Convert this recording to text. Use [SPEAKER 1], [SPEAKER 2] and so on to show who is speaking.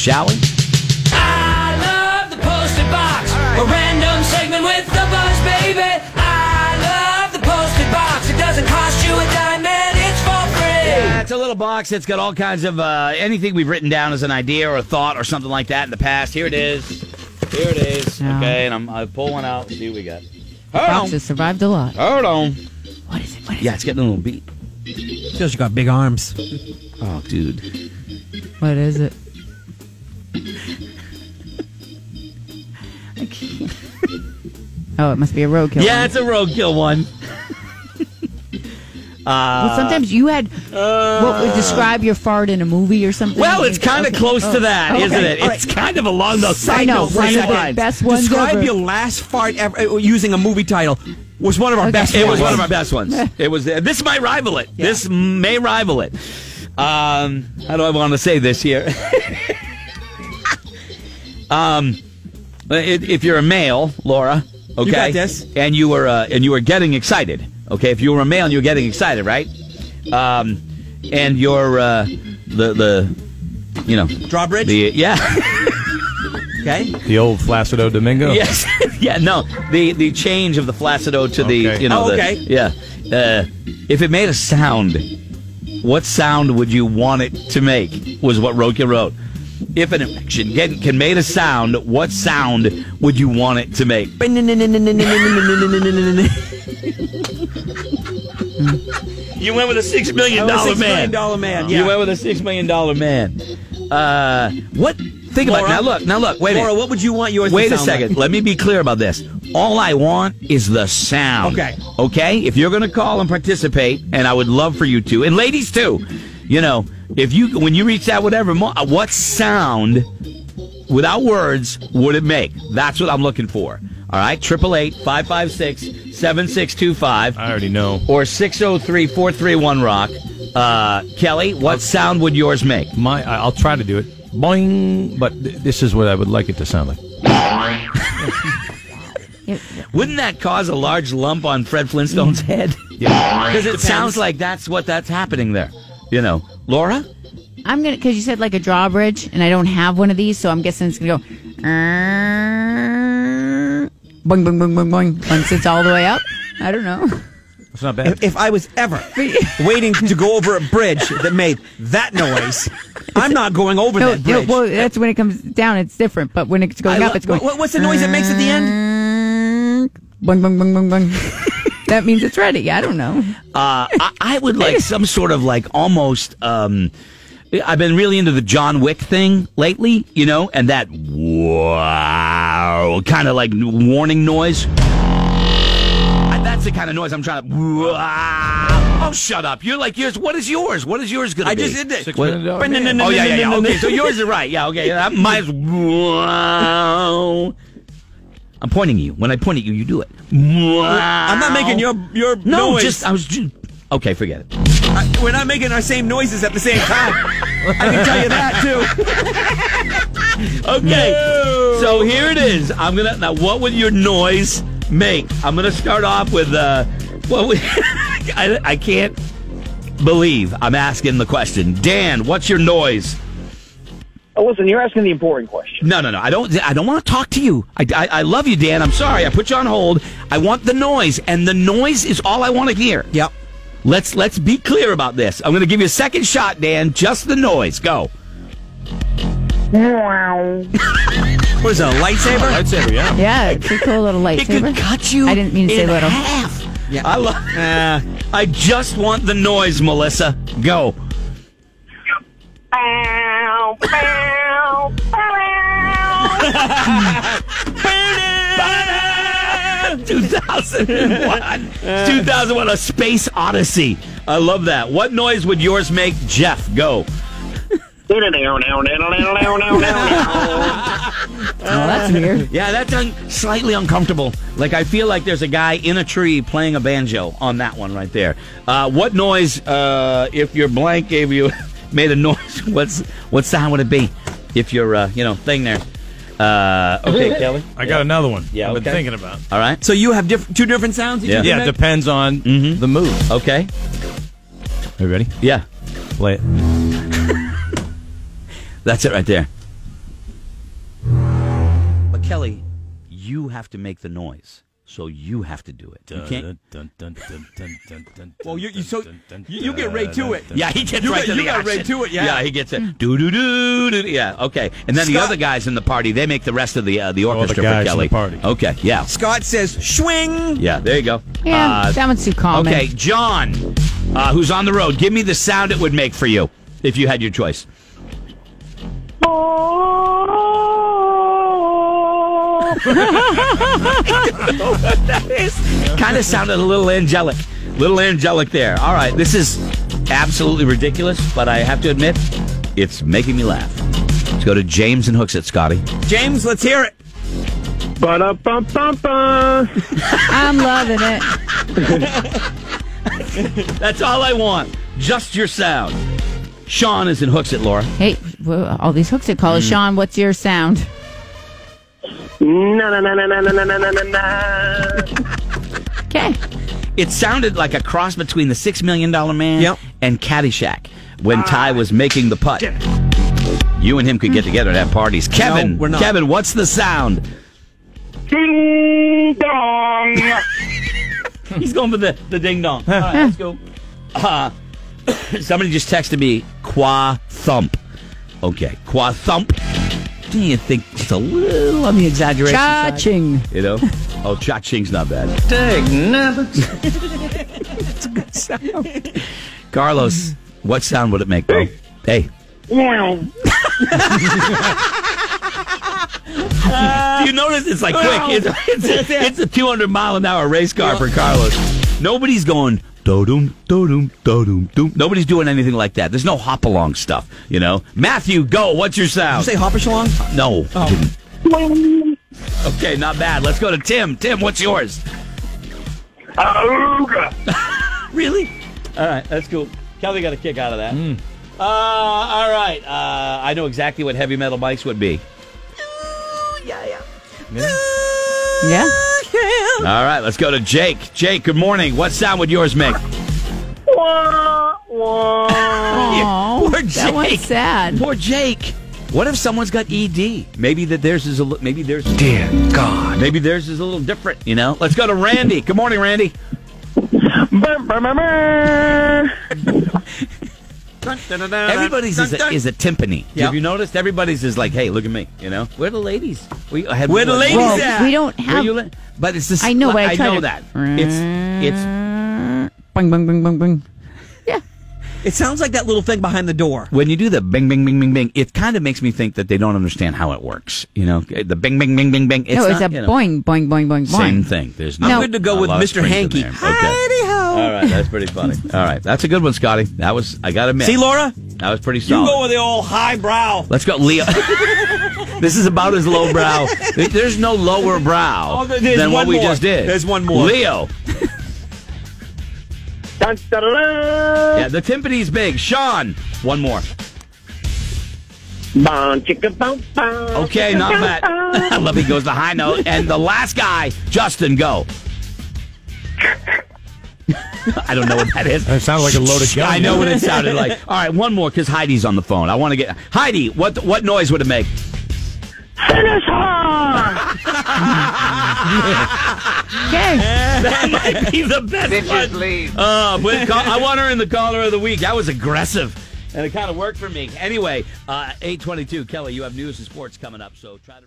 [SPEAKER 1] shall we?
[SPEAKER 2] I love the posted box. A random segment with the buzz, baby. I love the posted box. It doesn't cost you a dime, and it's for free.
[SPEAKER 1] Yeah, Uh, it's a little box that's got all kinds of uh, anything we've written down as an idea or a thought or something like that in the past. Here it is. Here it is.
[SPEAKER 3] Yeah.
[SPEAKER 1] Okay, and I'm, I pull one out. See what we got. Hold
[SPEAKER 3] Fox
[SPEAKER 1] on.
[SPEAKER 3] has survived a lot.
[SPEAKER 1] Hold on.
[SPEAKER 3] What is it? What is
[SPEAKER 1] Yeah, it's getting a little beat.
[SPEAKER 4] Because you got big arms.
[SPEAKER 1] Oh, dude.
[SPEAKER 3] it? What is it? oh, it must be a roadkill.
[SPEAKER 1] Yeah,
[SPEAKER 3] one.
[SPEAKER 1] it's a roadkill one.
[SPEAKER 3] well, sometimes you had what would describe your fart in a movie or something.
[SPEAKER 1] Uh. Well, it's
[SPEAKER 3] Okay.
[SPEAKER 1] kind of close to that,
[SPEAKER 3] Okay.
[SPEAKER 1] not it?
[SPEAKER 4] All
[SPEAKER 1] It's kind of along those
[SPEAKER 3] I know,
[SPEAKER 1] same
[SPEAKER 3] one of the
[SPEAKER 1] lines.
[SPEAKER 3] best ones
[SPEAKER 4] Describe
[SPEAKER 3] ever.
[SPEAKER 4] your last fart ever uh, using a movie title was one of our
[SPEAKER 3] Okay.
[SPEAKER 4] best.
[SPEAKER 1] It was
[SPEAKER 4] ones.
[SPEAKER 1] one of our best ones. It was. This might rival it. This may rival it. Um, how do I want to say this here? um, i- if you're a male, Laura, okay,
[SPEAKER 4] got this.
[SPEAKER 1] and you were uh, and you were getting excited, okay. If you were a male and you were getting excited, right? Um, and your uh, the the you know
[SPEAKER 4] Drawbridge.
[SPEAKER 1] the yeah.
[SPEAKER 4] okay.
[SPEAKER 5] The old Flaccido Domingo.
[SPEAKER 1] Yes. yeah. No. The the change of the flaccido to the
[SPEAKER 5] Okay.
[SPEAKER 1] you know.
[SPEAKER 4] Oh,
[SPEAKER 1] the-
[SPEAKER 4] okay.
[SPEAKER 1] yeah. Uh, if it made a sound, what sound would you want it to make? Was what Rokia wrote. If an erection can, can made a sound, what sound would you want it to make? You went with a six million
[SPEAKER 4] I was a $6 million dollar man, yeah.
[SPEAKER 1] You went with a six million dollar man. Uh, what? Think about it. now.
[SPEAKER 4] Laura?
[SPEAKER 1] Look. Now look. Wait a
[SPEAKER 4] Laura,
[SPEAKER 1] minute.
[SPEAKER 4] what would you want yours? to
[SPEAKER 1] Wait a
[SPEAKER 4] sound like?
[SPEAKER 1] second. Let me be clear about this. All I want is the sound.
[SPEAKER 4] Okay.
[SPEAKER 1] Okay? If you're going to call and participate, and I would love for you to, and ladies too, you know, if you, when you reach that whatever, mo- uh, what sound without words would it make? That's what I'm looking for. All right? 888 556 7625
[SPEAKER 5] I already know.
[SPEAKER 1] or 603 431 Rock. Uh, Kelly, what sound would yours make?
[SPEAKER 5] My, I- I'll try to do it. Boing. But th- this is what I would like it to sound like.
[SPEAKER 1] Wouldn't that cause a large lump on Fred Flintstone's head? Because it sounds like that's what that's happening there. You know, Laura?
[SPEAKER 3] I'm gonna because you said like a drawbridge, and I don't have one of these, so I'm guessing it's gonna go. "Err," Boing boing boing boing boing. Once it's all the way up, I don't know.
[SPEAKER 5] It's not
[SPEAKER 4] If,
[SPEAKER 5] bad.
[SPEAKER 4] if I was ever waiting to go over a bridge that made that noise, I'm not going over
[SPEAKER 3] No,
[SPEAKER 4] that
[SPEAKER 3] no,
[SPEAKER 4] bridge.
[SPEAKER 3] well, that's when it comes down. It's different, but when it's going
[SPEAKER 4] I
[SPEAKER 3] up,
[SPEAKER 4] lo-
[SPEAKER 3] it's going.
[SPEAKER 4] what- what's the noise it makes at the
[SPEAKER 3] end? Bung bung bung bung bung. that means it's ready. I don't know.
[SPEAKER 1] Uh, I, I would like some sort of like almost. Um, I've been really into the John Wick thing lately, you know, and that wow kind of like warning noise. And that's the kind of noise I'm trying to. Wow. Oh, shut up! You're like yours. What is yours? What is yours gonna
[SPEAKER 4] I
[SPEAKER 1] be?
[SPEAKER 4] just did it.
[SPEAKER 5] Six million dollar man.
[SPEAKER 1] Oh yeah, yeah, yeah. Okay, so yours is right. Yeah, okay. Yeah, mine's wow. I'm pointing at you. When I point at you, you do it. Wow.
[SPEAKER 4] I'm not making your your
[SPEAKER 1] no.
[SPEAKER 4] noise.
[SPEAKER 1] Just I was. ju- Okay, forget it.
[SPEAKER 4] I- we're not making our same noises at the same time. I can tell you that too.
[SPEAKER 1] Okay. So here it is. I'm gonna now. What would your noise make? I'm gonna start off with uh, what would, I, I can't believe I'm asking the question. Dan, what's your noise?
[SPEAKER 6] Oh, listen, you're asking the important question.
[SPEAKER 1] No, no, no. I don't. I don't want to talk to you. I, I, I love you, Dan. I'm sorry. I put you on hold. I want the noise, and the noise is all I want to hear.
[SPEAKER 4] Yep.
[SPEAKER 1] Let's let's be clear about this. I'm going to give you a second shot, Dan. Just the noise. Go.
[SPEAKER 4] What is it, a lightsaber?
[SPEAKER 5] Lightsaber, yeah.
[SPEAKER 3] Yeah, it's a cool little
[SPEAKER 1] It
[SPEAKER 3] lightsaber.
[SPEAKER 1] could cut you.
[SPEAKER 3] I didn't mean to say
[SPEAKER 1] in
[SPEAKER 3] little.
[SPEAKER 1] Half.
[SPEAKER 4] Yeah.
[SPEAKER 1] I love. I just want the noise, Melissa. Go. Two thousand and one. Two thousand one. A Space Odyssey. I love that. What noise would yours make, Jeff? Go.
[SPEAKER 3] Oh, that's weird.
[SPEAKER 1] Yeah, that's un- slightly uncomfortable. Like I feel like there's a guy in a tree playing a banjo on that one right there. Uh, what noise? Uh, if your blank gave you made a noise, what's what sound would it be? If your uh, you know thing there. Uh, okay, Kelly.
[SPEAKER 5] I got another one.
[SPEAKER 1] Yeah,
[SPEAKER 5] I've been
[SPEAKER 1] okay.
[SPEAKER 5] thinking about.
[SPEAKER 1] All right.
[SPEAKER 4] So you have diff- two different sounds. that you
[SPEAKER 1] Yeah. Mm-hmm.
[SPEAKER 4] can
[SPEAKER 5] Yeah, it
[SPEAKER 4] make?
[SPEAKER 5] depends on the mood.
[SPEAKER 1] Okay.
[SPEAKER 5] Are you ready?
[SPEAKER 1] Yeah.
[SPEAKER 5] Play it.
[SPEAKER 1] That's it right there. Kelly, you have to make the noise. So you have to do it. You can't.
[SPEAKER 5] Well, you, you so you,
[SPEAKER 7] you get right to it.
[SPEAKER 1] Yeah, he gets
[SPEAKER 5] You
[SPEAKER 1] right
[SPEAKER 5] got-
[SPEAKER 1] to
[SPEAKER 5] you
[SPEAKER 1] the
[SPEAKER 5] got
[SPEAKER 1] action.
[SPEAKER 5] right to it, yeah.
[SPEAKER 1] he gets it. Do do do do. Yeah, okay. And then the
[SPEAKER 4] Scott-
[SPEAKER 1] other guys in the party, they make the rest of the uh, the
[SPEAKER 5] the
[SPEAKER 1] orchestra
[SPEAKER 5] guys
[SPEAKER 1] for
[SPEAKER 5] in
[SPEAKER 1] Kelly.
[SPEAKER 5] the party.
[SPEAKER 1] Okay, yeah,
[SPEAKER 4] Scott says, swing.
[SPEAKER 1] yeah. There you go.
[SPEAKER 3] Yeah,
[SPEAKER 1] Uh,
[SPEAKER 3] that one's too common.
[SPEAKER 1] Okay, John, uh, who's on the road, give me the sound it would make for you if you had your choice. kind of sounded a little angelic. Little angelic there. All right, this is absolutely ridiculous, but I have to admit, it's making me laugh. Let's go to James and Hooks at Scotty.
[SPEAKER 4] James, let's hear it.
[SPEAKER 6] Ba-da-bum-bum-bum.
[SPEAKER 3] I'm loving it.
[SPEAKER 1] That's all I want. Just your sound. Sean is in Hooks at Laura.
[SPEAKER 3] Hey, whoa, all these hooks at college.
[SPEAKER 1] Mm.
[SPEAKER 3] Sean, what's your sound?
[SPEAKER 6] Na-na-na-na-na-na-na-na-na.
[SPEAKER 3] Okay.
[SPEAKER 1] It sounded like a cross between the Six Million Dollar Man
[SPEAKER 4] Yep. Ah.
[SPEAKER 1] and Caddyshack when Ty was making the putt. You and him could get together and have parties. Kevin,
[SPEAKER 4] we're not.
[SPEAKER 1] Kevin, what's the sound?
[SPEAKER 6] Ding dong.
[SPEAKER 1] He's going for the, the ding dong. All right, let's go. Uh, somebody just texted me qua thump. Okay, qua thump. Do you think it's a little on the exaggeration side?
[SPEAKER 3] Cha-ching.
[SPEAKER 1] You know? Oh, cha-ching's not bad. Carlos, what sound would it make, bro? Hey. Do you notice it's like quick? It's, it's, it's a 200 mile an hour race car for Carlos. Nobody's going do-doom, do-doom, do-doom, doom. Nobody's doing anything like that. There's no hop along stuff, you know? Matthew, go. What's your sound?
[SPEAKER 4] Say hoppish along.
[SPEAKER 1] no. I didn't. Okay, not bad. Let's go to Tim. Tim, what's yours?
[SPEAKER 6] Auga.
[SPEAKER 1] Really? All right, that's cool. Kelly got a kick out of that. Uh, all right, uh, I know exactly what heavy metal mics would be.
[SPEAKER 3] Yeah.
[SPEAKER 1] All right, let's go to Jake. Jake, good morning. What sound would yours make?
[SPEAKER 6] Wah, wah.
[SPEAKER 3] Aw,
[SPEAKER 1] poor
[SPEAKER 3] That
[SPEAKER 1] Jake.
[SPEAKER 3] one's sad.
[SPEAKER 1] Poor Jake. What if someone's got ED? Maybe that theirs is a li- maybe theirs. Dear God. Maybe theirs is a little different. You know. Let's go to Randy. Good morning, Randy.
[SPEAKER 6] Bum, bum, bum, bum.
[SPEAKER 4] Uh,
[SPEAKER 1] Everybody's is a, is a timpani.
[SPEAKER 4] Uh-huh. Yeah.
[SPEAKER 1] Have you noticed? Everybody's is like, hey, look at me. You know, where are the ladies? We have
[SPEAKER 4] Where the ladies
[SPEAKER 3] Well,
[SPEAKER 4] at?
[SPEAKER 3] we don't
[SPEAKER 1] Where
[SPEAKER 3] have.
[SPEAKER 1] you li- but it's this.
[SPEAKER 3] I know, but I
[SPEAKER 1] I,
[SPEAKER 3] tried
[SPEAKER 1] know
[SPEAKER 3] to-
[SPEAKER 1] that. It's it's
[SPEAKER 3] Bung, bung, bung, bung, bung. Yeah.
[SPEAKER 4] It sounds like that little thing behind the door.
[SPEAKER 1] when you do the bing bing bing bing bing, it kind of makes me think that they don't understand how it works. You know, the bing bing bing bing bing. It's
[SPEAKER 3] no, it's
[SPEAKER 1] not,
[SPEAKER 3] a
[SPEAKER 1] you know,
[SPEAKER 3] boing, boing, boing, boing, boing.
[SPEAKER 1] Same thing. There's no.
[SPEAKER 3] I'm
[SPEAKER 4] good to go
[SPEAKER 1] not
[SPEAKER 4] with
[SPEAKER 1] a lot of
[SPEAKER 4] Mr.
[SPEAKER 1] springs in
[SPEAKER 4] Hankey.
[SPEAKER 1] there. Okay.
[SPEAKER 4] Hi-de-ho.
[SPEAKER 1] All right, that's pretty funny. All right, that's a good one, Scotty. That was I got to admit.
[SPEAKER 4] See, Laura?
[SPEAKER 1] that was pretty
[SPEAKER 4] You
[SPEAKER 1] solid.
[SPEAKER 4] go with the old highbrow.
[SPEAKER 1] Let's go, Leo. this is about as low brow. There's no lower brow
[SPEAKER 4] Oh, there- there's
[SPEAKER 1] than what we
[SPEAKER 4] one more.
[SPEAKER 1] just did.
[SPEAKER 4] There's one more.
[SPEAKER 1] Leo.
[SPEAKER 6] Dun, dun, dun, dun.
[SPEAKER 1] Yeah, the timpani's big. Sean, one more.
[SPEAKER 6] Bum, chicka, bum, bum.
[SPEAKER 1] Okay, not bad. I love he goes the high note. And the last guy, Justin, go. I don't know what that is.
[SPEAKER 5] That sounded like a loaded gun.
[SPEAKER 1] I know what it sounded like. All right, one more because Heidi's on the phone. I want to get Heidi. What what noise would it make?
[SPEAKER 6] Finish her.
[SPEAKER 3] Okay.
[SPEAKER 1] That might be the best one. Uh, but call, I want her in the caller of the week. That was aggressive, and it kind of worked for me. Anyway, uh, eight twenty-two. Kelly, you have news and sports coming up, so try to.